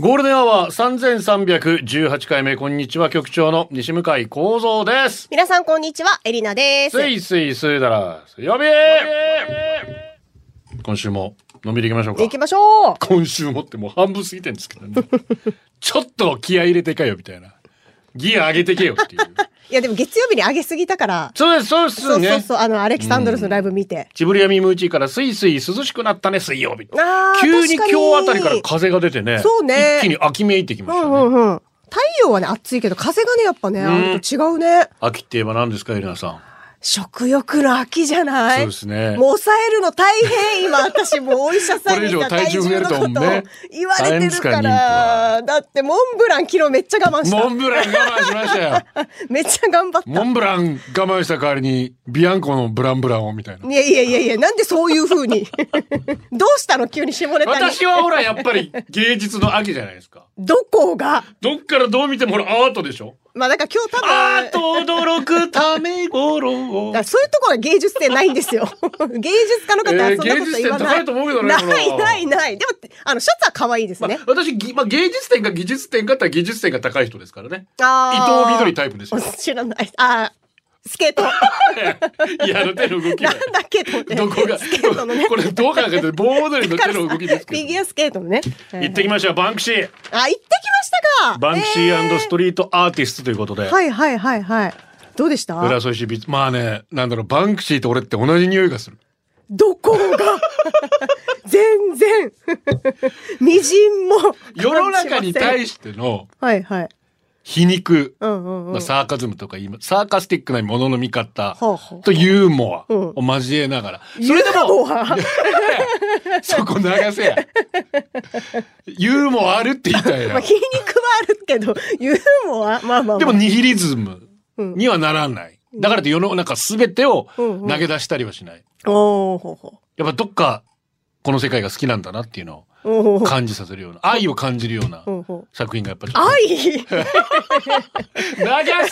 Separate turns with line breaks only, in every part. ゴールデンアワー三千三百十八回目こんにちは局長の西向井光三です。
皆さんこんにちは、エリナで
ス
す。は
イスイスーだら水曜日。今週ものんびり行きましょうか。
行きましょう。
今週もってもう半分過ぎてんですけどね。 ちょっと気合い入れてかよみたいな。ギア上げてけよっていう。
いやでも月曜日に上げすぎたから、
そうですそうですね。
そうそうそう、あのアレキサンドロスのライブ見て。
ジブリやミムーチーからすいすい涼しくなったね水曜日。
あー
急に今日
確か
あたりから風が出てね。
そうね
一気に秋めいてきま
う
した
ん
ね。
うんうん。太陽はね暑いけど風がねやっぱね、あのと違うね。
秋って言えば何ですかエリナさん。
食欲の秋じゃない。
そうですね
もう抑えるの大変今私もうお医者さ
こ
んにさ
れ以上体重増えるとね
体重のことを言われてるか
大変ですから
ら。だってモンブラン昨日めっちゃ我慢し
モ
た。
ンブラン我慢しましたよ。
めっちゃ頑張った。
モンブラン我慢した代わりに、ビアンコのブランブランをみたいな。
いやいやいやいや、なんでそういう 風に。どうしたの急に下ネタに。
私はほら、やっぱり芸術の秋じゃないですか。
どこが。
どっからどう見てもほら、アートでしょ
まあだから今日多分。
アート驚くため頃を
だか。らそういうところは芸術性ないんですよ。 芸術家の方はそんなこと言わない。
えー芸術点高いと思うけどねこれ
ない
は
ないない。でも、あの、シャツは可愛いです
まあ
ね。、
私、ぎまあ、芸術点か技術点かって言ったら技術点が高い人ですからね。伊
あー
藤みどりタイプですよ。
知らない。あースケ ート。なん
い や、あの手の動きが。
だっけと思って。
どこが、
スケートのね。
これどう考 えても盆踊りの手の動きです
フ
け
ィ
ど。
ギュアスケートのね。
行ってきましょう、バンクシー。
あ、行ってきましたか。
バンクシ
え
ーストリートアーティストということで。
はいはいはいはい。どうでした
浦添市美術まあねなんだろうバンクシーと俺って同じ匂いがする
どこが 全然。 みじんも。
世の中に
し
対しての
はいはい。
皮肉、
うんうんうん。
まあ、サーカズムとか言いますサーカスティックなものの見方
ほうほう
とユーモア
うん
を交えながら、
それでも。
そこ流せやユーモアあるって言いたい
まあ、
や
皮肉はあるけど、ユーモア、まあまあまあ。
でもニヒリズムにはならないだからって世の中全てを投げ出したりはしない
おーほうほ
やっぱどっかこの世界が好きなんだなっていうの
う。おー
を
ほう
感じさせるような愛を感じるような
ほうほう。
作品がやっぱり
愛
流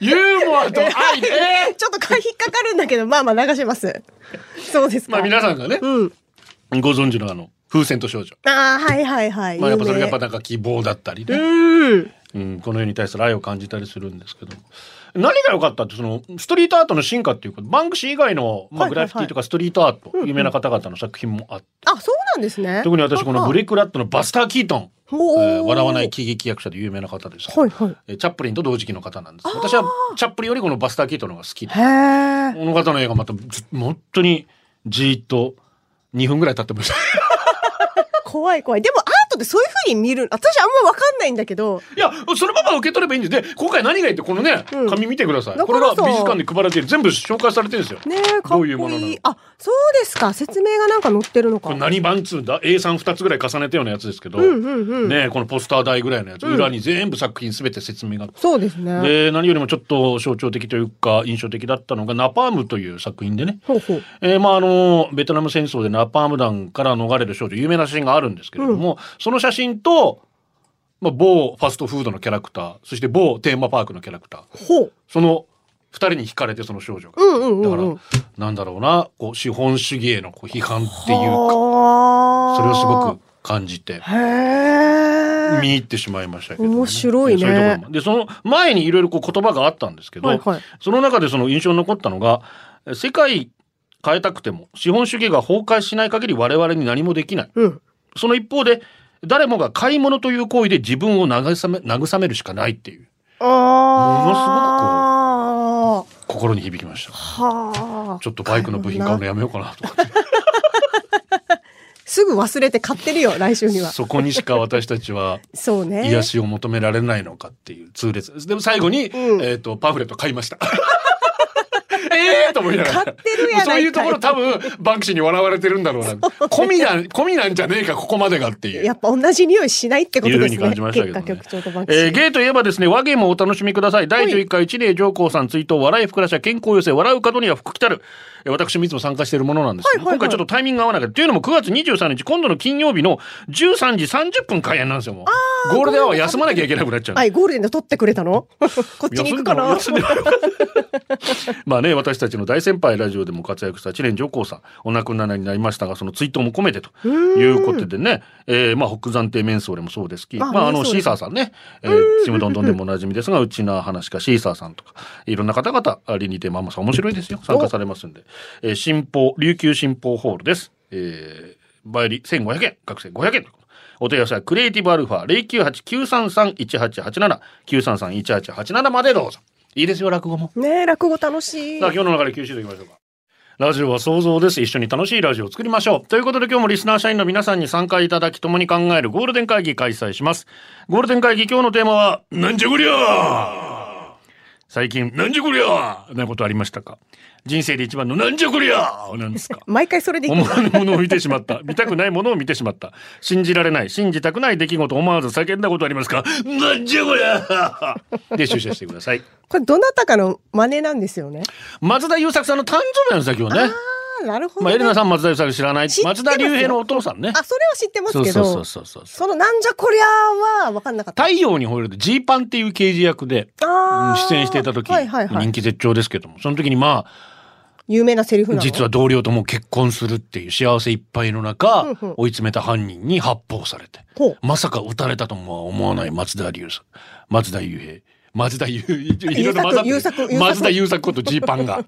せユーモアと 愛ね
ちょっとか引っかかるんだけど、まあまあ流します。そうですか。
まあ皆さんがね、
うん。
ご存知のあの、風船と少女。
ああ、はいはいはい。
まあやっぱそ
有
れがや
名
っぱなんか希望だったり
う
ね、
ん。
うん、この世に対する愛を感じたりするんですけども。何が良かったってそのストリートアートの進化っていうかバンクシー以外の、まあ、
はい
グ
は
ラ
いはい
フィティとかストリートアート、有名な方々の作品もあって
あ、そうなんですね。
特に私このブリック・ラットのバスター・キートン、え
おー
ー笑わない喜劇役者で有名な方です、
はいはい。
えーチャップリンと同時期の方なんです私はチャップリンよりこのバスター・キートンの方が好きで
へえ。
この方の映画またず本当にじーっと2分ぐらい経ってました。
怖い怖い。でもアートってそういう風に見る。私あんまわかんないんだけど。
いや、そのまま受け取ればいいんです。で、今回何がいいってこのね、
うん
紙見てください。
だ
これ
から
が
さ
美術館で配られている全部紹介されてるんですよ。
ねえ、かっ
ど
こ
う
い
いうものないの
い。あ、そうですか。説明がなんか載ってるの
こ
か
れ。何番っつうんだ ?A32 つぐらい重ねたようなやつですけど、
うんうんうん。
ねこのポスター台ぐらいのやつ、裏に全部作品すべて説明があって。
そうですね。
で何よりもちょっと象徴的というか印象的だったのが「ナパーム」という作品でね、
ほうほう。
えーまああのベトナム戦争でナパーム弾から逃れる少女有名な写真があるんですけれども、その写真と、まあ、某ファストフードのキャラクターそして某テーマパークのキャラクター
ほう。
その2人に惹かれてその少女が、
うんうんうんうん
だからなんだろうなこう資本主義へのこう批判っていうか
はあ
それをすごく感じて
へ
見
え。
入ってしまいましたけど、
面白いね
そういうところもでその前にいろいろこう言葉があったんですけど、
はいはい
その中でその印象に残ったのがえ世界変えたくても資本主義が崩壊しない限り我々に何もできない
うん。
その一方で誰もが買い物という行為で自分を慰め慰めるしかないっていう
ああ。ものす
心に響きました
ごく。はあ。
ちょっとバイクの部品買うのやめようかな とか
すぐ忘れて買ってるよ、来週には。
そこにしか私たちは
そうね。
癒しを求められないのかっていう痛烈です。でも最後に、
うん
えっ、と、パンフレット買いました。映 えーと思いながら
買ってるやないかい
そういうところ多分バンクシーに笑われてるんだ ろうな込みなん込みなんじゃねえかここまでがっていう
やっぱ同じ匂いしないってこと
いうふ
で
う
す
に
ね。
感じましたけど、ね。
結果局長とバンクシー
えーゲイといえばですね、和芸もお楽しみください。第11回一例上皇さん追悼、笑いふくらしゃ健康寄せ、笑う角には福来たる。えー私もいつも参加しているものなんですけど、
はいはいはい
今回ちょっとタイミングが合わなかった。というのも9月23日、今度の金曜日の13時30分開演なんですよ、もう。ゴールデンは休まなきゃいけなくなっちゃう。
はい、ゴールデンで取ってくれ たのこっちに行くかな
休んでも休んでも まあね、私たちの大先輩ラジオでも活躍した知念上皇さん、お亡くなりになりましたが、その追悼も込めてということでね、えーまあ北山亭面相でもそうですき、
あ
まああの
面相
シ
で
ー
す
サーさんね、えー、ちむどんどんでもおなじみですが、うちな話かシーサーさんとか、いろんな方々、ありにてママさん面白いですよ。参加されますんで。えー、新報、琉球新報ホールです。えー、倍入り1500円、学生500円と。お問い合わせはクリエイティブアルファ098-933-1887、933-1887までどうぞ。いいですよ、落語も。
ねえ、落語楽しい
さあ。今日の流れ吸収でいきましょうか。ラジオは想像です。一緒に楽しいラジオを作りましょう。ということで今日もリスナー社員の皆さんに参加いただき共に考えるゴールデン会議開催します。ゴールデン会議今日のテーマは、なんじゃこりゃ最近、なんじゃこりゃなことありましたか人生で一番のなんじゃこりゃなんですか
毎回それでいい
思わぬものを見てしまった。見たくないものを見てしまった。信じられない、信じたくない出来事を思わず叫んだことありますかなんじゃこりゃで、出社してください。
これどなたかの真似なんですよね。
松田優作さんの誕生日なんですよ、今日ね。
ああ、なるほど、
まあ、
ね。
エレナさん、松田優作知らない
知っ。てます
松田龍平のお父さんね。
あ、それは知ってます
そう
け
そ
ど、
う
そ
そうそうそう。
のなんじゃこりゃーは分かんなかった。
太陽に吠えるとジーパンっていう刑事役で、うん
あー
出演していた時、
はいはいはい
人気絶頂ですけども、その時にま
有名なセリフ
あ、
なの
実は同僚ともう結婚するっていう幸せいっぱいの中、
うんうん
追い詰めた犯人に発砲されて、
ほう
まさか撃たれたとも思わない松田龍さん、松田雄平。松田優、いろいろ混ざって
優作優
る。
作
松田優作ことジーパンが、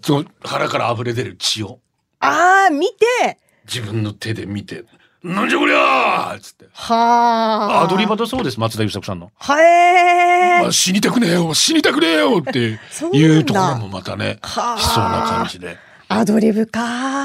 ぞ腹から溢れ出る血を
ああ、見て
自分の手で見て、なんじゃこりゃーっつって。
はあ。
アドリバだそうです、松田優作さんの。
はえ
まあ、
ー。
死にたくねえよ死にたくねえよって
そうなん
い
だ
うところもまたね、しそう
はあ
な感じで。
アドリブか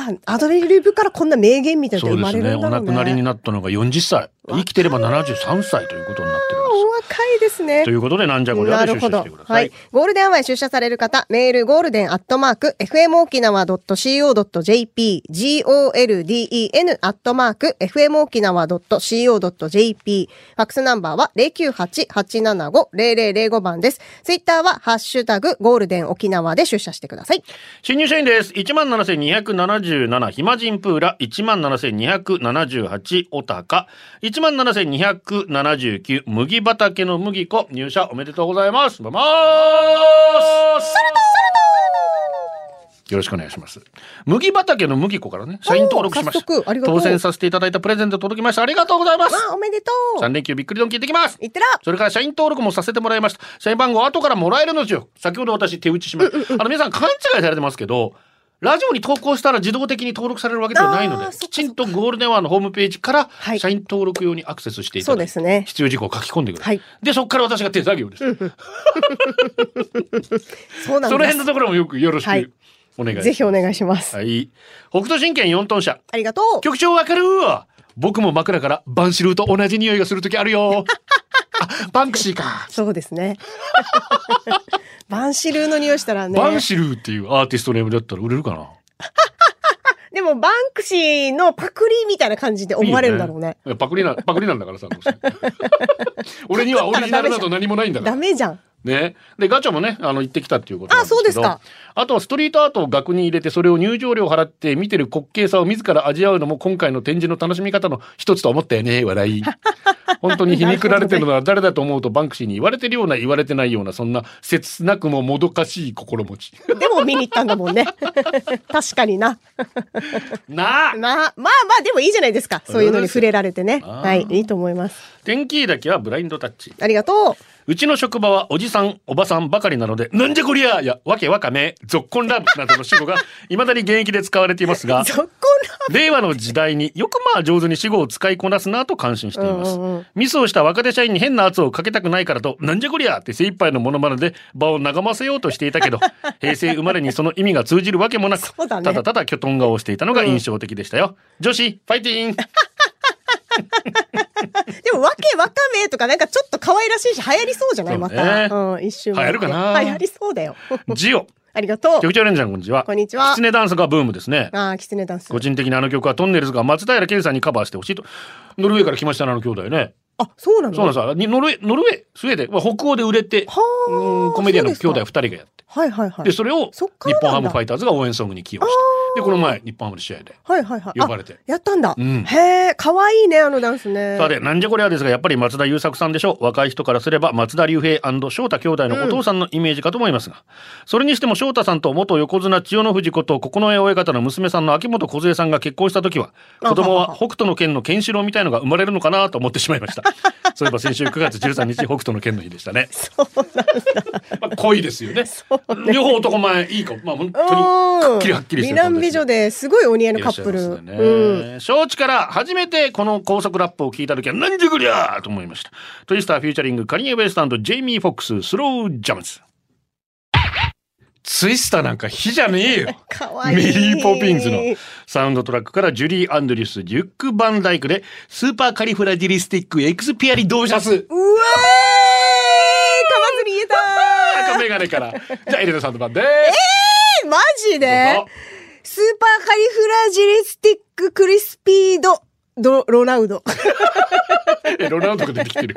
ー。アドリブからこんな名言みたいな
そう
の生
で
ますれ
ね。
るんだ
お
ろう
亡
ね。
くなりに
な
なったのが40歳。生きてれば73歳ということになってるんです
お
よ。
若いですね
とい。うことで、なんじゃこりゃ
な
で
る
出社
ほ
し
ど
てくだ。さ
はいい。。ゴールデンアワーに出社される方、メールゴールデンアットマーク、fmokinawa.co.jp、golden アットマーク、fmokinawa.co.jp、ファックスナンバーは098-875-0005番です。ツイッターは、ハッシュタグ、ゴールデン沖縄で出社してください。
新入社員です。17,277暇人プーラ、17,278おたか、17,279麦畑の麦子、入社おめでとうございます。バイバーすよろしくお願いします。麦畑の麦子からね、社員登録しまし
おー早速あ
た。
りがとう
当選させていただいたプレゼント届きました。ありがとうございます。
わあ、おめでと
3
う。
連休びっくりドン聞いてきます。
いってら
それから社員登録もさせてもらいました。社員番号は後からもらえるのですよ。先ほど私手打ちしました。あの皆さん勘違いされてますけど、ラジオに投稿したら自動的に登録されるわけではないの
あーそ
で、
っかそっか
きちんとゴールデンワーのホームページから
はい
社員登録用にアクセスしていた
そう
だ
で
いて、
すね。
必要事項を書き込んでください。
は
で、そこから私が手作業です。
そうなん
その
で
辺の
す。
ところもよくよろしく
はい
お願いします。
ぜひお願いします。
はい。北斗神拳4トン車。
ありがとう。
局長わかるわ僕も枕からバンシルーと同じ匂いがするときある よ。あ、バンクシーか。
そうですね。 バンシルーの匂いしたらね。
バンシルーっていうアーティストネームだったら売れるかな
でもバンクシーのパクリみたいな感じで思われるんだろうね。
いいよパクリな、パクリなんだからさ。どうせ俺にはオリジナルなど何もないんだか
ダ
ら。
メじゃん。
ね。で、ガチャもね、あの、行ってきたっていうことなんですけど。
あそうですか
あとはストリートアートを額に入れて、それを入場料を払って見てる滑稽さを自ら味わうのも今回の展示の楽しみ方の一つと思ったよね、笑い。本当に皮肉られてるのは誰だと思うとバンクシーに言われてるような言われてないような、そんな切なくももどかしい心持ち。
でも見に行ったんだも んね。確かにな。
なあ
な、まあまあでもいいじゃないですか。そういうのに触れられてね。
あー
はい、いいと思います。
天気だけはブラインドタッチ。
ありがとう。
うちの職場はおじさん、おばさんばかりなので、なんじゃこりゃや、わけわかめ、ぞっこんラ ブなどの主語が、未だに現役で使われていますが、
そこ
令和の時代によくまあ上手に死語を使いこなすなと感心しています、
うんうんうん
ミスをした若手社員に変な圧をかけたくないからとなんじゃこりゃって精一杯のモノマネで場を和ませようとしていたけ ど平成生まれにその意味が通じるわけもなく、
そう
た
だね
だただキョトン顔をしていたのが印象的でしたよ、女子ファイティーン
な。でもわけわかめとかなんかちょっと可愛らしいし流行りそうじゃない
そう
ま
ね
た。うん、一瞬。
流行るかな
流行りそうだよ。
ジオ
ありがとう
局。長レンジャーこんにちは。
こんにちは
キツネダンスがブームですね。
ああ、キツネダンス
個。人的にあの曲はトンネルズが松平健さんにカバーしてほしいと。ノルウェーから来ましたね、あの兄弟ね。
あ、そうなの
そうなんですよにノルウェー、ノルウェー、スウェーデンは北欧で売れて、
はあ
うんコメディアンの兄
そう
弟
で
2
す
人がやって。
かはいはいはい。
で、それを日
そっからなんだ
本ハムファイターズが応援ソングに起用して。で、この前、日本ハムの試合で。
はいはいはい。
呼ばれて
あやったんだ。
うん
へえ、可愛いね、あのダンスね。
さて、なんじゃこりゃですが、やっぱり松田優作さんでしょう。若い人からすれば、松田龍平翔太兄弟のお父さんのイメージかと思いますが、それにしても翔太さんと元横綱千代の富士こと、九重親方の娘さんの秋元梢さんが結婚した時は、
あ
子供
はは
は北斗の拳の剣士郎みたいのが生まれるのかなと思ってしまいま した。そういえば先週9月13日、北斗の拳の日でしたね。まあ、濃いですよね。両方男前、いいか、まあ、本当に、はっきりはっきりして
美
る感じで
男美
すよ
女ですごいお似合いの
い
カ
らっし
ッ
ゃい
プ
ま
ル。
すね
うん。
承知から初めてこの高速ラップを聞いた時は何じゃこりゃーと思いましたトイスターフューチャリングカニエ・ウェストジェイミー・フォックススロージャムズツイスターなんか火じゃねえよ
可愛い
メリー・ポピンズのサウンドトラックからジュリー・アンドリュースデュック・バンダイクでスーパーカリフラジリスティックエクスピアリ・ドーシャス
うわーい噛まずに言えた
赤メガネからじゃあエレナさんの番です
ーマジで
どうぞ
スーパーカリフラジリスティッククリスピードドロナウド。
えロナウドが出てきてる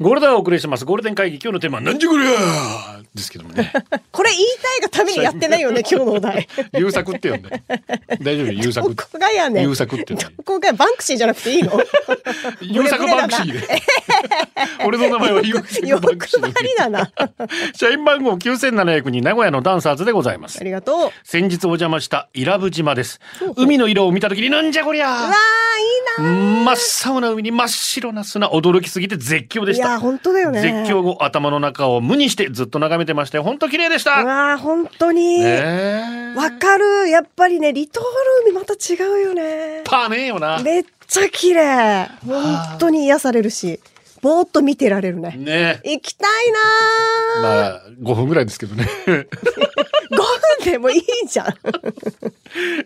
ゴールデンをお送りしてますゴールデン会議今日のテーマは何じゃこりゃーですけどもね
これ言いたいがためにやってないよね、今日のお題。
優作って呼んで。大丈夫優
ど
作。
こがやねん。
優作って呼んで
どこがバンクシーじゃなくていい の
優作バンクシーで。 俺の名前は優作バンクシー
欲張りだ
で。
な。あ
社員番号9700に名古屋のダンサーズでございます。
り がとう。うわ
先日お邪魔した伊良部島です。海の色を見た時になんじゃこりゃ
ー、いいな。
真っ青な海に真っ白な砂驚きすぎて絶叫でし
い
た
や本当だよね
絶叫後頭の中を無にしてずっと眺めてましたよ本当綺麗でし
う
た
わー、本当に。
ねえ
わかる。やっぱりね、離島の海また違うよね。
パーねえよなね
めっちゃ綺麗。本当に癒されるし、ぼーっと見てられるね。
え
行きたいなー。
まあ5分ぐらいですけどね
5分でもいいじゃん。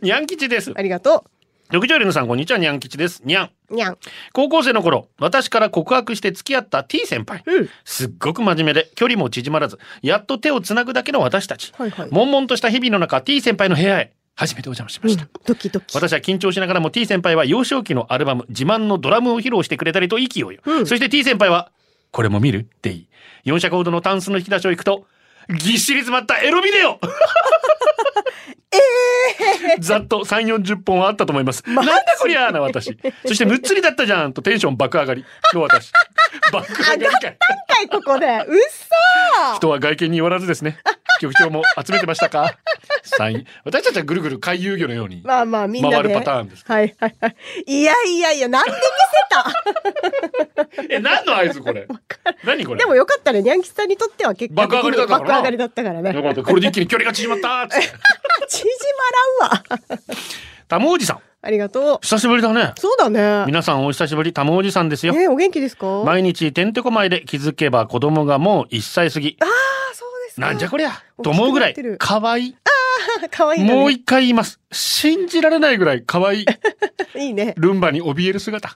ニャン吉です
ありがと
六条連のさんこんにちはニャン吉ですニャン
う。にゃん。
高校生の頃私から告白して付き合った T 先輩、
うん
すっごく真面目で距離も縮まらずやっと手をつなぐだけの私たち、
はいはい
悶々とした日々の中 T 先輩の部屋へ初めてお邪魔しました、
ドキドキ。
私は緊張しながらも T 先輩は幼少期のアルバム自慢のドラムを披露してくれたりと意気揚々、
うん
そして T 先輩は「これも見る?」って言い4尺ほどのタンスの引き出しを行くとぎっしり詰まったエロビデオざっと3 4 0本はあったと思います。なんだこりゃーな私。そしてむっつりだったじゃんとテンション爆上がりの私。爆上がりかい。
はい、ここで。うっそー
人は外見によらずですね。局長も集めてましたかサイン私たちはぐるぐる回遊魚のように。
まあまあ、みんなで。
回るパターンです
はいはいはい。いやいやいや、なんで見せ
え、何の合図これ何こ
た
れ
でもよかったね。にゃんきさんにとっては結構
爆上がりだったからな
爆上がりだったから
よ
ね。
かった。これで一気に距離が縮まったーっつ って。
縮まらんわ。
タモおじさん。
ありがと
久しぶりだね
う。。そうだね。
皆さんお久しぶり、タモおじさんですよ。
ねお元気ですか
毎日てんてこまいで気づけば子供がもう1歳過ぎ。
あ、そうですか。
なんじゃこりゃ
大きくなってる
と思うぐらい可愛い。
りゃ。かわいい、ね。
もう一回言います。信じられないぐらい可愛い。
いいね。
ルンバに怯える 姿。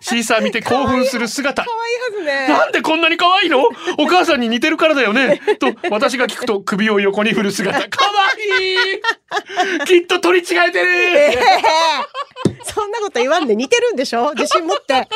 シーサー見て興奮する姿
か。わいいはずね。
なんでこんなに可愛いのお母さんに似てるからだよね。と、私が聞くと首を横に振る姿。可愛い きっと取り違えて
え
る
え そんなこと言わんで、似てるんでしょ自信持って。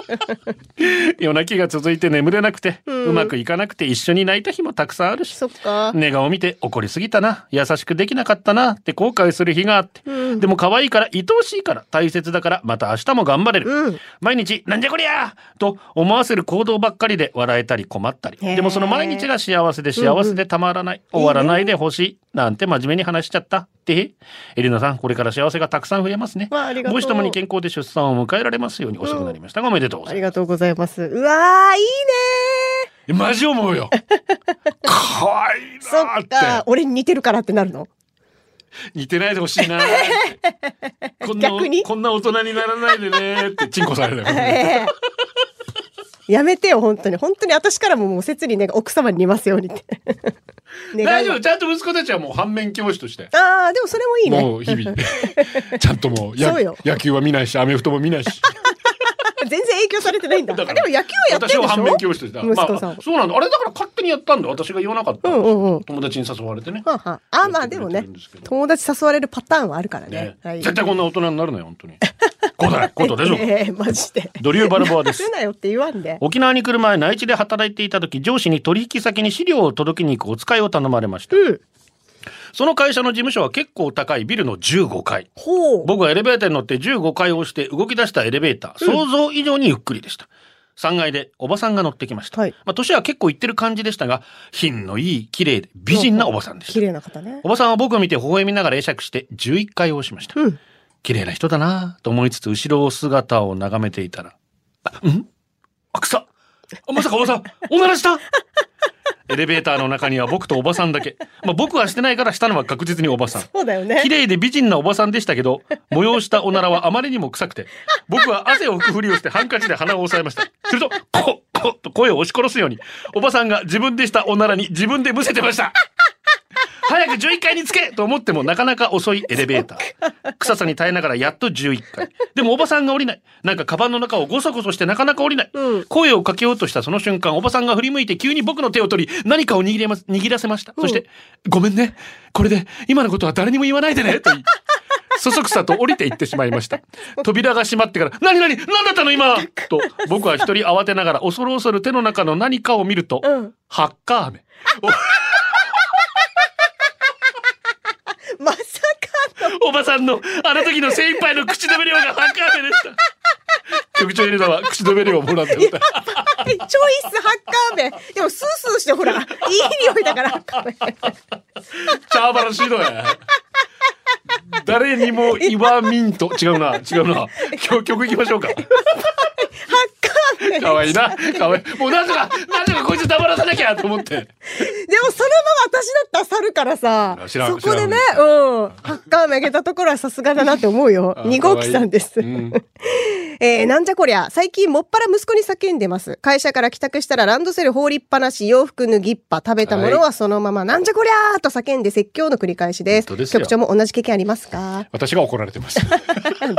夜泣きが続いて眠れなくて、
ん
うまくいかなくて一緒に泣いた日もたくさんあるし。
そっか。
寝顔を見て怒りすぎたな優しくできなかったなって後悔する日があって、でも可愛いから愛おしいから大切だからまた明日も頑張れる、
うん
毎日なんじゃこりゃーと思わせる行動ばっかりで笑えたり困ったり
へー
でもその毎日が幸せで幸せでたまらない、終わらないでほしいなんて真面目に話しちゃったってエリナさんこれから幸せがたくさん増えますね
わあありがとう
母子ともに健康で出産を迎えられますようにおしくなりましたが、おめでとうござ
あ
い
り
ま
がとうございます。うわー、いいね
すマジ思う よ可愛い
ー。そ
なー
っか、俺に似てるからってなるの
似てないでほしいな。 こんな
逆に
こんな大人にならないでねってチンコされるよ。
ええやめてよ、本当に。本当に私からももう切にね、奥様に似ますようにって。 願いは
大丈夫ちゃんと息子たちはもう反面教師として。
ああ、でもそれもいいね。
もう日々ちゃんともうや
そうよ
野球は見ないしアメフトも見ないし
全然影響されてないんだ。
だから
でも野球 はやってるでし
私
ょ
は反面教師として
息子さん
まあ、そうなんだあれだから勝手にやったんだ私が言わなかった、
うんうんうん
友達に誘われてね
はあはああーまあでも
やっ
ね
てくれてるんですけど
友達誘われるパターンはあるからね
ね
はい
絶対こんな大人になるなよ本当 にこうだねこうだ大丈夫
ええマジで
ドリューバルボアです
すなよって言わんで
沖縄に来る前内地で働いていた時上司に取引先に資料を届けに行くお使いを頼まれました、
うん
その会社の事務所は結構高いビルの15階
ほう
僕はエレベーターに乗って15階を押して動き出したエレベーター、想像以上にゆっくりでした3階でおばさんが乗ってきました、
はい
まあ、年は結構いってる感じでしたが品のいい綺麗で美人なおばさんでした
綺麗な方ね
おばさんは僕を見て微笑みながら会釈して11回を押しました。
うん
綺麗な人だなぁと思いつつ後ろ姿を眺めていたら、あ、んあ、草あまさかおばさん、おならした エレベーターの中には僕とおばさんだけ。まあ僕はしてないからしたのは確実におばさん。
そうだよね
綺麗で美人なおばさんでしたけ ど、催したおならはあまりにも臭くて、僕は汗を拭くふりをしてハンカチで鼻を押さえました。すると、こ、こ、と声を押し殺すように、おばさんが自分でしたおならに自分でむせてました。早く11階につけと思ってもなかなか遅いエレベーター。臭さに耐えながらやっと11階。でもおばさんが降りない。なんかカバンの中をごそごそしてなかなか降りない。
うん
声をかけようとしたその瞬間、おばさんが振り向いて急に僕の手を取り、何かを握れます、握らせました。そして、ごめんね。これで今のことは誰にも言わないでね。と言い、そそくさと降りていってしまいま した。扉が閉まってから、何何何だったの今と、僕は一人慌てながら恐る恐る手の中の何かを見ると、
うん
ハッカーメ
まさかの
おばさんのあの時の精一杯の口止め料がハッカーメで した。局長エレナは口止め料をもらってもらった。
チョイスハッカーメでもスースーして ほらいい匂いだからハ ッカーメ
チャーバラシードや。誰にも言わミント違うな違うな今日曲行きましょうか
ハッカーメ
可愛いな可愛いもうなんとかなんとかこいつ黙らさなきゃと思って
でもそのまま私だったら去るからさ
知らん
そこでね
知
うんハッカーメあげたところはさすがだなって思うよ
あ
2号機さんで
可
す、
愛いうん
えーなんじゃこりゃ最近もっぱら息子に叫んでます会社から帰宅したらランドセル放りっぱなし洋服脱ぎっぱ食べたものはそのまま、なんじゃこりゃーと叫んで説教の繰り返しです
本当ですよ
局長も同じ経験ありますか
私が怒られてます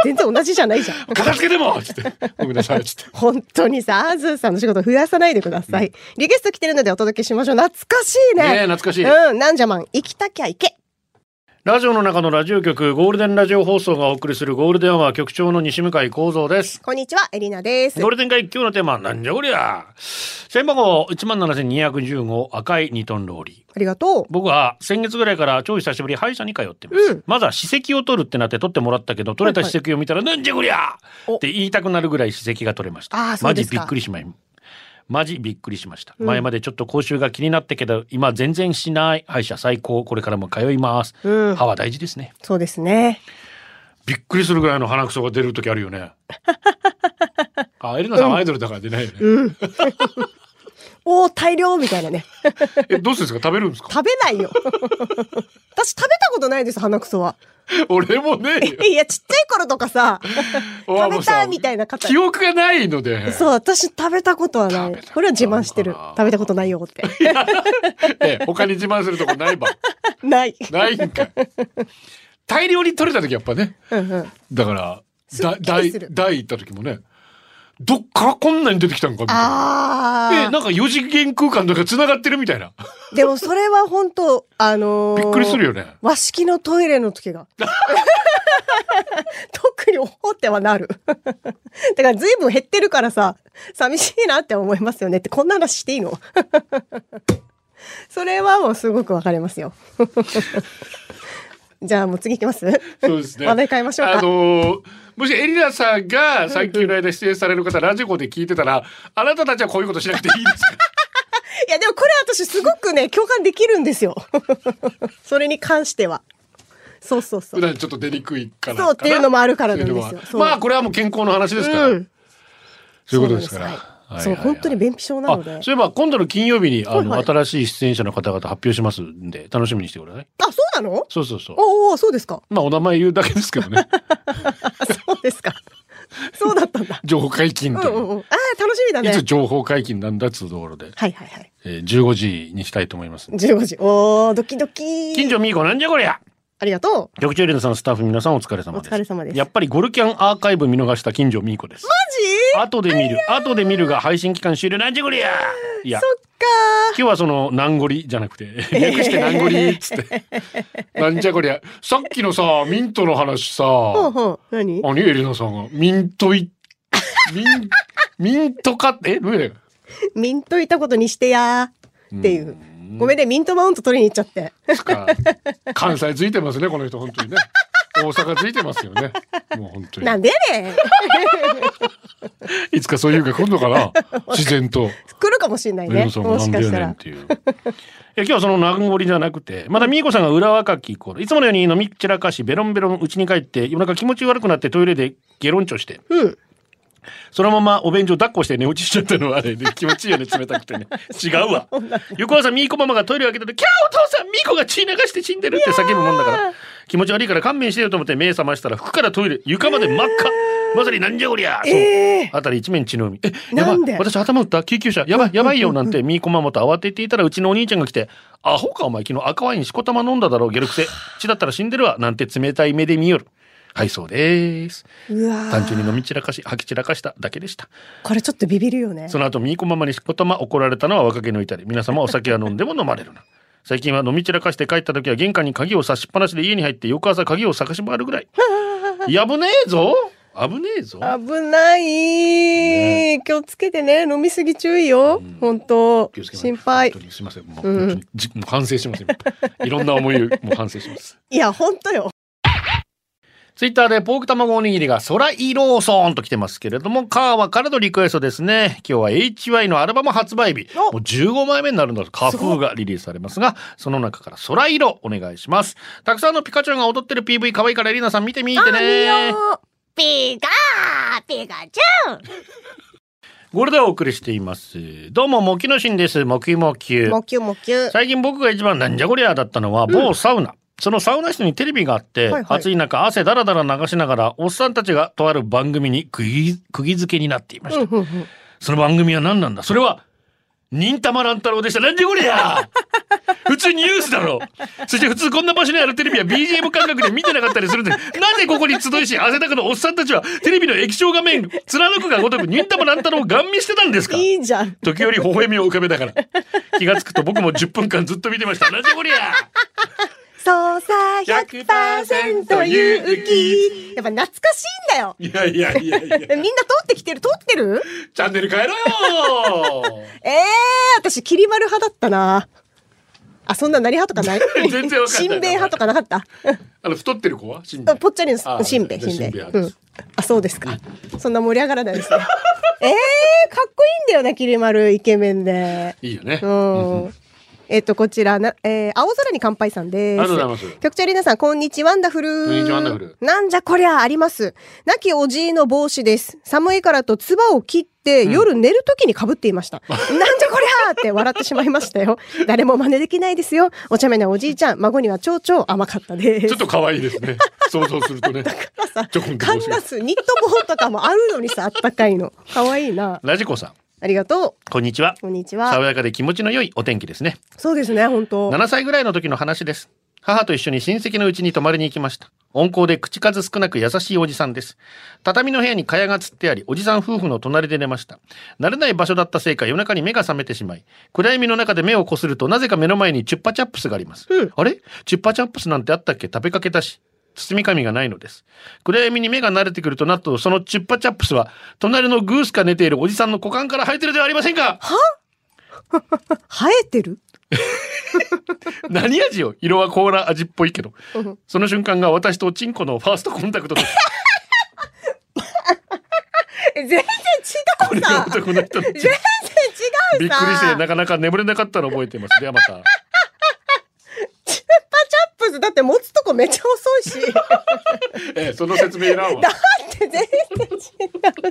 全然同じじゃないじゃん
片付けてもつってごめんなさいつって
本当にさアーズーさんの仕事増やさないでください、リクエスト来てるのでお届けしましょう懐かしいね
ねえ懐かしい
うんなんじゃマン生きたきゃいけ
ラジオの中のラジオ局ゴールデンラジオ放送がお送りするゴールデンは局長の西向井光三です
こんにちはエリナです
ゴールデン街今日のテーマはなんじゃこりゃ社員箱17,215赤い2トンローリー
ありがとう
僕は先月ぐらいから超久しぶりに歯医者に通ってます、
うん
まずは歯石を取るってなって取ってもらったけど取れた歯石を見たらなんじゃこりゃ
お
って言いたくなるぐらい歯石が取れました
あーそうです
マジ
か
びっくりしまいマジびっくりしました、前までちょっと口臭が気になったけど今全然しない歯医者最高これからも通います、
うん
歯は大事ですね
そうですね
びっくりするぐらいの鼻くそが出る時あるよ ねあエレナさんアイドルだから出ないよね、
おー大量みたいなね
えどうするんですか食べるんですか
食べないよ 私食べたことないです鼻くそは
俺もねえよ
いやちっちゃい頃とかさ
あも
食
う
べ
さ
たみたいな 方
記憶がないので
そう私食べたことはない
食べたことあるのかな
これは自慢してる食べたことないよって
ええ他に自慢するとこないば
ない
ないんかい大量に取れた時やっぱね
うんうん
だから
すっ
だ
きり
大
する
大行った時もねどっからこんなに出てきたんかみたいなえ
あ
なんか4次元空間とか繋がってるみたいな
ーでもそれは本当あの
び
ー
っくりするよね
和式のトイレの時が。 特におほってはなる。 だから随分減ってるからさ、寂しいなって思いますよねって、こんな話していいの それはもうすごくわかりますよ。 じゃあもう次行きます
そうですね
話題変えましょうか
あのーもしエリナさんが産休の間出演される方ラジコで聞いてたらあなたたちはこういうことしなくていいです か
いやでもこれ私すごくね、共感できるんですよ。 それに関しては。そうそう
普
そう。
段ちょっと出にくいからかな
そうっていうのもあるからなんですよ
そういうのもある
そう
まあこれはもう健康の話ですから、
うん
そういうことですから
そうなんです
はい
そう、
はいはい
本当に便秘症なので。
あそういえば今度の金曜日にあの、
はいはい
新しい出演者の方々発表しますんで楽しみにしてください
あ、そうなの
そうそうそう
おうおう、そうですか。
まあお名前言うだけですけど ね
あそうで すか。そうだったんだ。
情報解禁
う
と
ん
いう、
うんうん。ああ、楽しみだね。
い
は
つ
い
情報解禁なんだっつうところで、
はいはい。
えー、15時にしたいと思いますんで
15時。おー、ドキドキ。
近所みーこなんじゃこりゃ
ありがとう。
局長エレナさんスタッフ皆さんお疲れ様です
お疲れ様です
やっぱりゴルキャンアーカイブ見逃した近所みーこです
マジ
後で見る後で見るが配信期間終了なんじゃこ りゃいや
そっか
今日はその「なんごり」じゃなく て略して「なんごり」っつって「なんじゃこりゃ」さっきのさミントの話さ
ー。ほうほう。何
何エリナさんがミントいミンミントかえどういう
ミントいたことにしてやー。っていう。ごめんね、ミントマウント取りに行っちゃって。
ですか関西ついてますねこの人本当にね大阪ついてますよねもう本当に
なんでやね ん
いつかそういう日が来るのかな自然と
来るかもしれない
エリ
ね。
ナ
も
さんもな
し
ん
か
でや
した
ねん
ら
っ。ていういや今日はその名残じゃなくてまだみーこさんが裏若き頃いつものように飲み散らかしベロンベロン家に帰って夜中気持ち悪くなってトイレでゲロンチョして
うん。
そのままお便所抱っこして寝落ちしちゃったのはあれね、気持ちいいよね、冷たくてね。違うわ。横川さん、みーこママがトイレを開けた時、キャーお父さん、みーこが血流して死んでるって叫ぶもんだから、気持ち悪いから勘弁してよと思って目覚ましたら、服からトイレ、床まで真っ赤。まさになんじゃこりゃそう。
え
あたり一面血の海。え、やば
ないんで。
私頭打った救急車。やばい、やばいよ。なんて、みーこママと慌てていたら、うちのお兄ちゃんが来て、アホかお前、昨日赤ワインしこたま飲んだだろう、ゲルクセ。血だったら死んでるわ。なんて冷たい目で見よる。はい、そうです。
ーうわ
単純
ー
に飲み散らかし吐き散らかしただけでした
これちょっとビビるよね。
その後みーこママにしこたま怒られたのは若気の至り皆様お酒は飲んでも飲まれるな最近は飲み散らかして帰った時は玄関に鍵を差しっぱなしで家に入って翌朝鍵を探し回るぐらいやぶねえぞ危ねえぞ
危ない、気をつけてね。飲みすぎ注意よ。本当
気をつけます
心配
本。当にすいませんもう,、
うん
本当にじもう反省します今いろんな思いをもう反省します
いや、本当よ。
ツイッターでポーク卵おにぎりが空色をそーんと来てますけれども、カーはからのリクエストですね。今日は HY のアルバム発売日。も
お
う15枚目になるんだと、カ
す
フ
ご
ーがリリースされますが、その中から空色お願いします。たくさんのピカチュウが踊ってる PV 可愛いからエリナさん見てみてね。
ピカーピカチュウ
これでお送りしています。どうも、モキノシンです。モキモキュ
もきゅもきゅ。
最近僕が一番なんじゃこりゃだったのは某サウナ、そのサウナ室にテレビがあって、
はいはい
暑い中汗だらだら流しながらおっさんたちがとある番組に釘釘付けになっていました、
うんうんうん
その番組は何なんだそれは忍たま乱太郎でした。なんじゃこり ゃ普通ニュースだろそして普通こんな場所にあるテレビは BGM 感覚で見てなかったりするんで、なぜここに集いし、汗だくのおっさんたちはテレビの液晶画面、貫くがごとく忍たま乱太郎をガン見してたんですか
いいじゃん。
時折微笑みを浮かべながら気がつくと僕も10分間ずっと見てましたラジオリア
操作100%勇気。やっぱ懐かしいんだよ。
いやいやいやいや
え みんな通ってきてる通ってる
チャンネル変えろよ
ええ私、きり丸派だったな。あ、そんな何派とかない
全然わかんない
しんべい派とかなかった
あの太ってる子はしん
うんぽっちゃりの
あ
しんべ
じゃあ
ヱしんべ
しんべ
ヱ
ヱ派
う
で
ん
す、
あそうですか、そんな盛り上がらないですね えー、かっこいいんだよなきり丸イケメンで
いいよね
うん、えっとこちらな、えー、青空に乾杯さんです
ありがとうございます
局長皆さんこんにちはワンダフル
こんにちはワンダフル
なんじゃこりゃあります亡きおじいの帽子です寒いからと唾を切って夜寝る時にかぶってい ました、なんじゃこりゃーって笑ってしまいましたよ誰も真似できないですよお茶目なおじいちゃん孫には超々甘かったです
ちょっと可愛いですね想像する とね
さ
ちょこんと
カン
帽子が
ナスニット帽とかもあるのにさあったかいの可愛いな
ラジコさん
ありがとう
こんにちは
こんにち
爽
は
やかで気持ちの良いお天気ですね
そうですね本当
7歳ぐらいの時の話です。母と一緒に親戚のうちに泊まりに行きました。温厚で口数少なく優しいおじさんです。畳の部屋に蚊帳がつってあり、おじさん夫婦の隣で寝ました。慣れない場所だったせいか夜中に目が覚めてしまい、暗闇の中で目をこするとなぜか目の前にチュッパチャップスがあります。あれチュッパチャップスなんてあったっけ食べかけたし。包み紙がないのです。暗闇に目が慣れてくるとなっと、そのチュッパチャップスは、隣のグースか寝ているおじさんの股間から生えてるではありませんか
生えてる
何味よ色はコーラ味っぽいけどその瞬間が私とチンコのファーストコンタクトです
え全然違
こ
う
れが
さ全
男の人のびっくり
然違うさ
して
チュッパ
なかなか眠れなかったのを覚えていますでは また
チャップスだって持つとこめっちゃ 遅いしだ
ええその説明いらんわ
って全然違う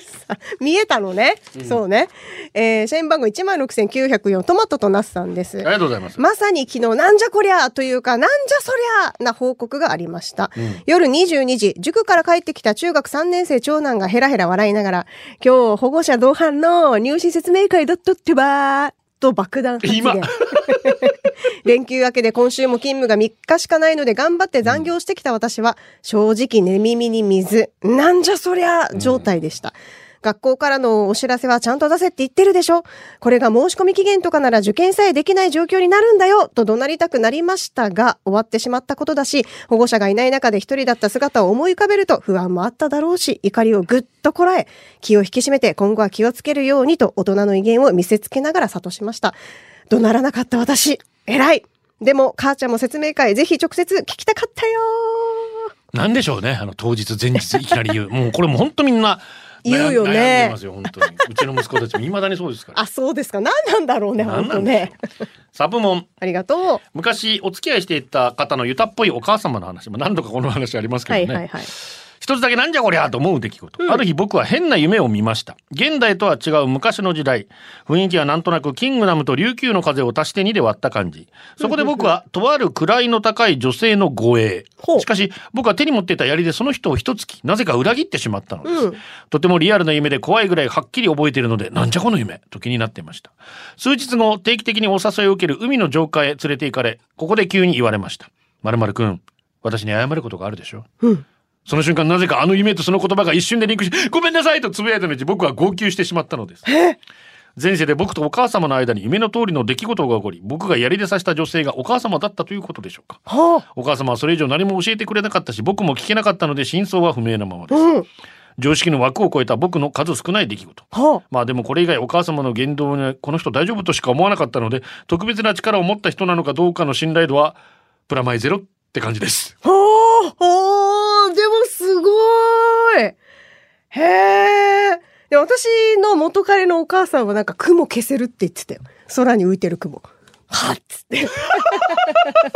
さ見えたのね、そうねえー、社員番号16,904トマトとナスさんです
ありがとうございます
まさに昨日、なんじゃこりゃというか、なんじゃそりゃな報告がありました。夜22時、塾から帰ってきた中学3年生長男がヘラヘラ笑いながら、今日保護者同伴の入試説明会だったってばー。と爆弾発言
今
連休明けで今週も勤務が3日しかないので頑張って残業してきた私は正直寝耳に水なんじゃそりゃ状態でした、学校からのお知らせはちゃんと出せって言ってるでしょこれが申し込み期限とかなら受験さえできない状況になるんだよと怒鳴りたくなりましたが、終わってしまったことだし、保護者がいない中で一人だった姿を思い浮かべると不安もあっただろうし、怒りをぐっとこらえ、気を引き締めて今後は気をつけるようにと大人の威厳を見せつけながら諭しました。怒鳴らなかった私、偉いでも、母ちゃんも説明会ぜひ直接聞きたかったよ
なんでしょうね。あの当日前日いきなり 言う。もうこれもう本当みんな
言うよ
悩ん
ね
でますよ本当に。うちの息子たちも未だにそうですから。
あ、そうですか。何なんだろうね、
何
本
な
当
んでし
ね
ょ。サブモン。
ありがと
昔お付き合いしていた方のユタっぽいお母様の話も何度かこの話あります
う。
けど
は
ね、
いはいはい。
一つだけなんじゃこりゃと思う出来事、ある日僕は変な夢を見ました現代とは違う昔の時代雰囲気はなんとなくキングダムと琉球の風を足して2で割った感じそこで僕はとある位の高い女性の護衛
ほう
しかし僕は手に持っていた槍でその人を一突きなぜか裏切ってしまったのです、
うん
とてもリアルな夢で怖いぐらいはっきり覚えているのでなんじゃこの夢と気になっていました数日後定期的にお誘いを受ける海の浄化へ連れて行かれここで急に言われました「まるくん私に謝ることがあるでしょ」
うん
その瞬間なぜかあの夢とその言葉が一瞬でリンクし「ごめんなさい」とつぶやいた後僕は号泣してしまったのです前世で僕とお母様の間に夢の通りの出来事が起こり僕が槍で刺した女性がお母様だったということでしょうか
は
お母様はそれ以上何も教えてくれなかったし僕も聞けなかったので真相は不明なままで
あ。
す
うん。
常識の枠を超えた僕の数少ない出来事
は
まあでもこれ以外お母様の言動にこの人大丈夫としか思わなかったので特別な力を持った人なのかどうかの信頼度はプラマイゼロって感じです
あ。はあ。はあ。でもすごい。へえ。で私の元彼のお母さんはなんか雲消せるって言ってたよ。空に浮いてる雲。はっつって。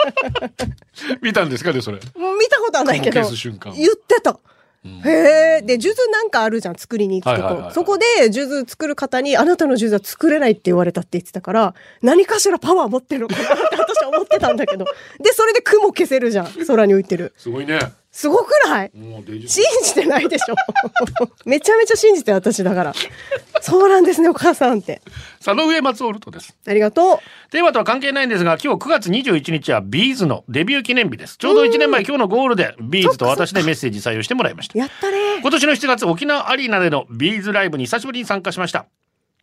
見たんですかねそれ
もう見たことはないけど。
雲消す瞬間
言ってた。へえ。で、数珠なんかあるじゃん、作りに行くとこ。
はいはいはいはい
そこで、数珠作る方に、あなたの数珠は作れないって言われたって言ってたから、何かしらパワー持ってるのかなって私は思ってたんだけど。で、それで雲消せるじゃん、空に浮いてる。
すごいね
すごくない
もうデジ
信じてないでしょ めちゃめちゃ信じて私だから。そうなんですね、お母さんって。
佐野上松オルトです
ありがと
テーマとは関係ないんですが今日9月21日はビーズのデビュー記念日ですちょうど1年前今日のゴールでビーズと私でメッセージ採用してもらいました
う。やったね。
今年の7月沖縄アリーナでのビーズライブに久しぶりに参加しました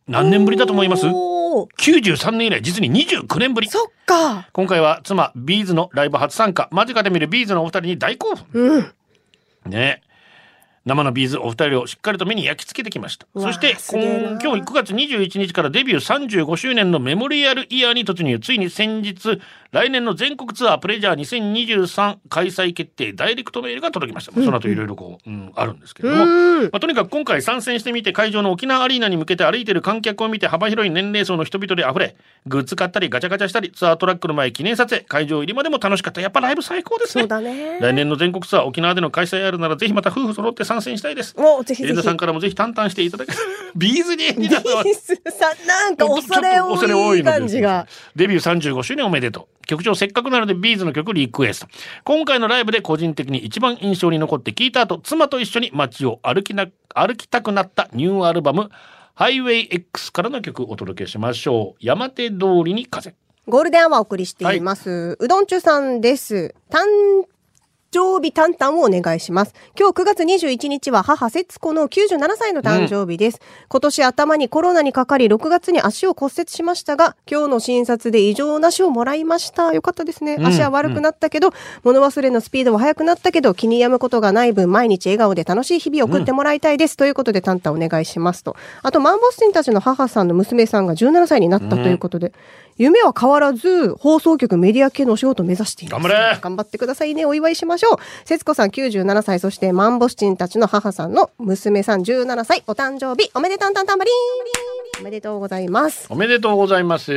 何年ぶりだと思います
おー
?93 年以来実に29年ぶり
そっか。
今回は妻ビーズのライブ初参加間近で見るビーズのお二人に大興奮
うん。
ね生のビーズお二人をしっかりと目に焼き付けてきました
う
そ
わー
して
す
今
げえな
今日9月21日からデビュー35周年のメモリアルイヤーに突入ついに先日来年の全国ツアープレジャー2023開催決定ダイレクトメールが届きました、まあその後いろいろこう、うん、あるんですけれども、
うん。
まあ、とにかく今回参戦してみて会場の沖縄アリーナに向けて歩いてる観客を見て幅広い年齢層の人々で溢れグッズ買ったりガチャガチャしたりツアートラックの前記念撮影会場入りまでも楽しかったやっぱライブ最高ですね
そうだね。
来年の全国ツアー沖縄での開催あるならぜひまた夫婦揃って参戦したいです。
お、ぜひ
エ
ぜ
レ
ひ
ナ。さんからもぜひ淡々していただけビーズに
リースさん、なんか恐れ多い感じが。
デビュー35周年おめでとう局長せっかくなのでビーズの曲リクエスト今回のライブで個人的に一番印象に残って聞いた後妻と一緒に街を歩きな歩きたくなったニューアルバム「ハイウェイ X」からの曲お届けしましょう山手通りに風
ゴールデンアワーお送りしています。うどん中さんです。誕生日担々をお願いします。今日9月21日は母節子の97歳の誕生日です。今年頭にコロナにかかり6月に足を骨折しましたが、今日の診察で異常なしをもらいました。よかったですね。
ん
足は悪くなったけど、物忘れのスピードは速くなったけど、気に病むことがない分、毎日笑顔で楽しい日々を送ってもらいたいです。ということで、担々お願いしますと。あと、マンボスチンたちの母さんの娘さんが17歳になったということで、夢は変わらず、放送局メディア系のお仕事を目指しています。
頑張れ
頑張ってくださいね。お祝いしましょう。節子さん97歳、そしてマンボスチンたちの母さんの娘さん17歳、お誕生日、おめでたんたんたんばりーんおめでとうございます。
おめでとうございます。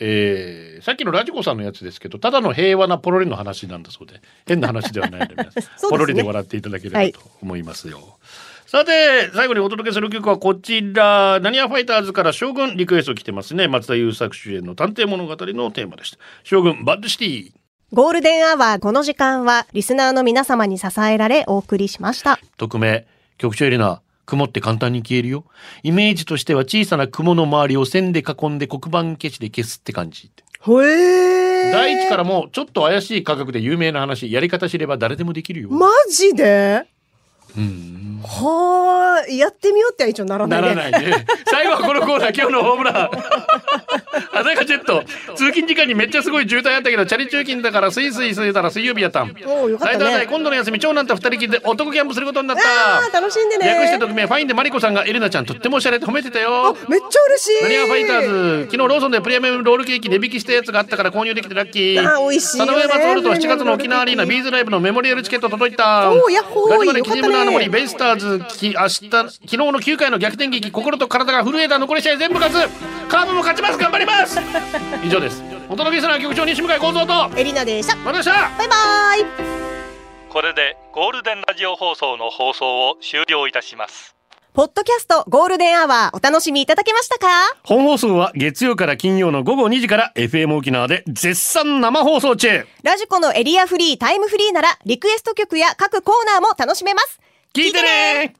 えーさっきのラジコさんのやつですけど、ただの平和なポロリの話なんだそうで、変な話ではないので、皆さ ん
すね
ポロリで笑っていただければと思いますよ。さて、最後にお届けする曲はこちら、ナニアファイターズから将軍リクエスト来てますね。松田優作主演の探偵物語のテーマでした。将軍バッドシティ。
ゴールデンアワー、この時間は、リスナーの皆様に支えられ、お送りしました。
匿名局長エレナ雲って簡単に消えるよイメージとしては小さな雲の周りを線で囲んで黒板消しで消すって感じ
ほえ
第一からもちょっと怪しい価格で有名な話やり方知れば誰でもできるよ、
マジで
うん
はあ、やってみようっては一応ならな
ないら
ね。
ないね。最後はこのコーナー、今日のホームラン。裸ジェット。通勤時間にめっちゃすごい渋滞あったけど、チャリ中勤だから、スイスイすいたら水曜日やったん。
おうよかっ
大
た
体、
ね。
今度の休み、長男と二人きりで男キャンプすることになっ
ああ、
た。
楽しんでね。
略して特命、ファインでマリコさんがエレナちゃん、とってもおしゃれって褒めてたよ。
めっちゃ嬉しい。
なにわファイターズ、昨日ローソンでプレミアムロールケーキ値引きしたやつがあったから購入できてラッキー。
あ美味しいよね
サノエマツオールと7月の沖縄アリーナビーズライブのメモリアルチケット届いた。
おーやっほー
ガチマネ
よか
キジ
ったね
ムナーの森、ベイスターズ、き明日、昨日の9回の逆転劇、心と体が震えた残り試合全部勝つ。カーブも勝ちます、頑張り ます。以上です。お届けするのは局長西向井幸三と、ま
エリナでした。
た明日
バイバイ。
これでゴールデンラジオ放送の放送を終了いたします
ポッドキャストゴールデンアワーお楽しみいただけましたか
本放送は月曜から金曜の午後2時から FM 沖縄で絶賛生放送中。
ラジコのエリアフリー、タイムフリーならリクエスト曲や各コーナーも楽しめます。
聞いてね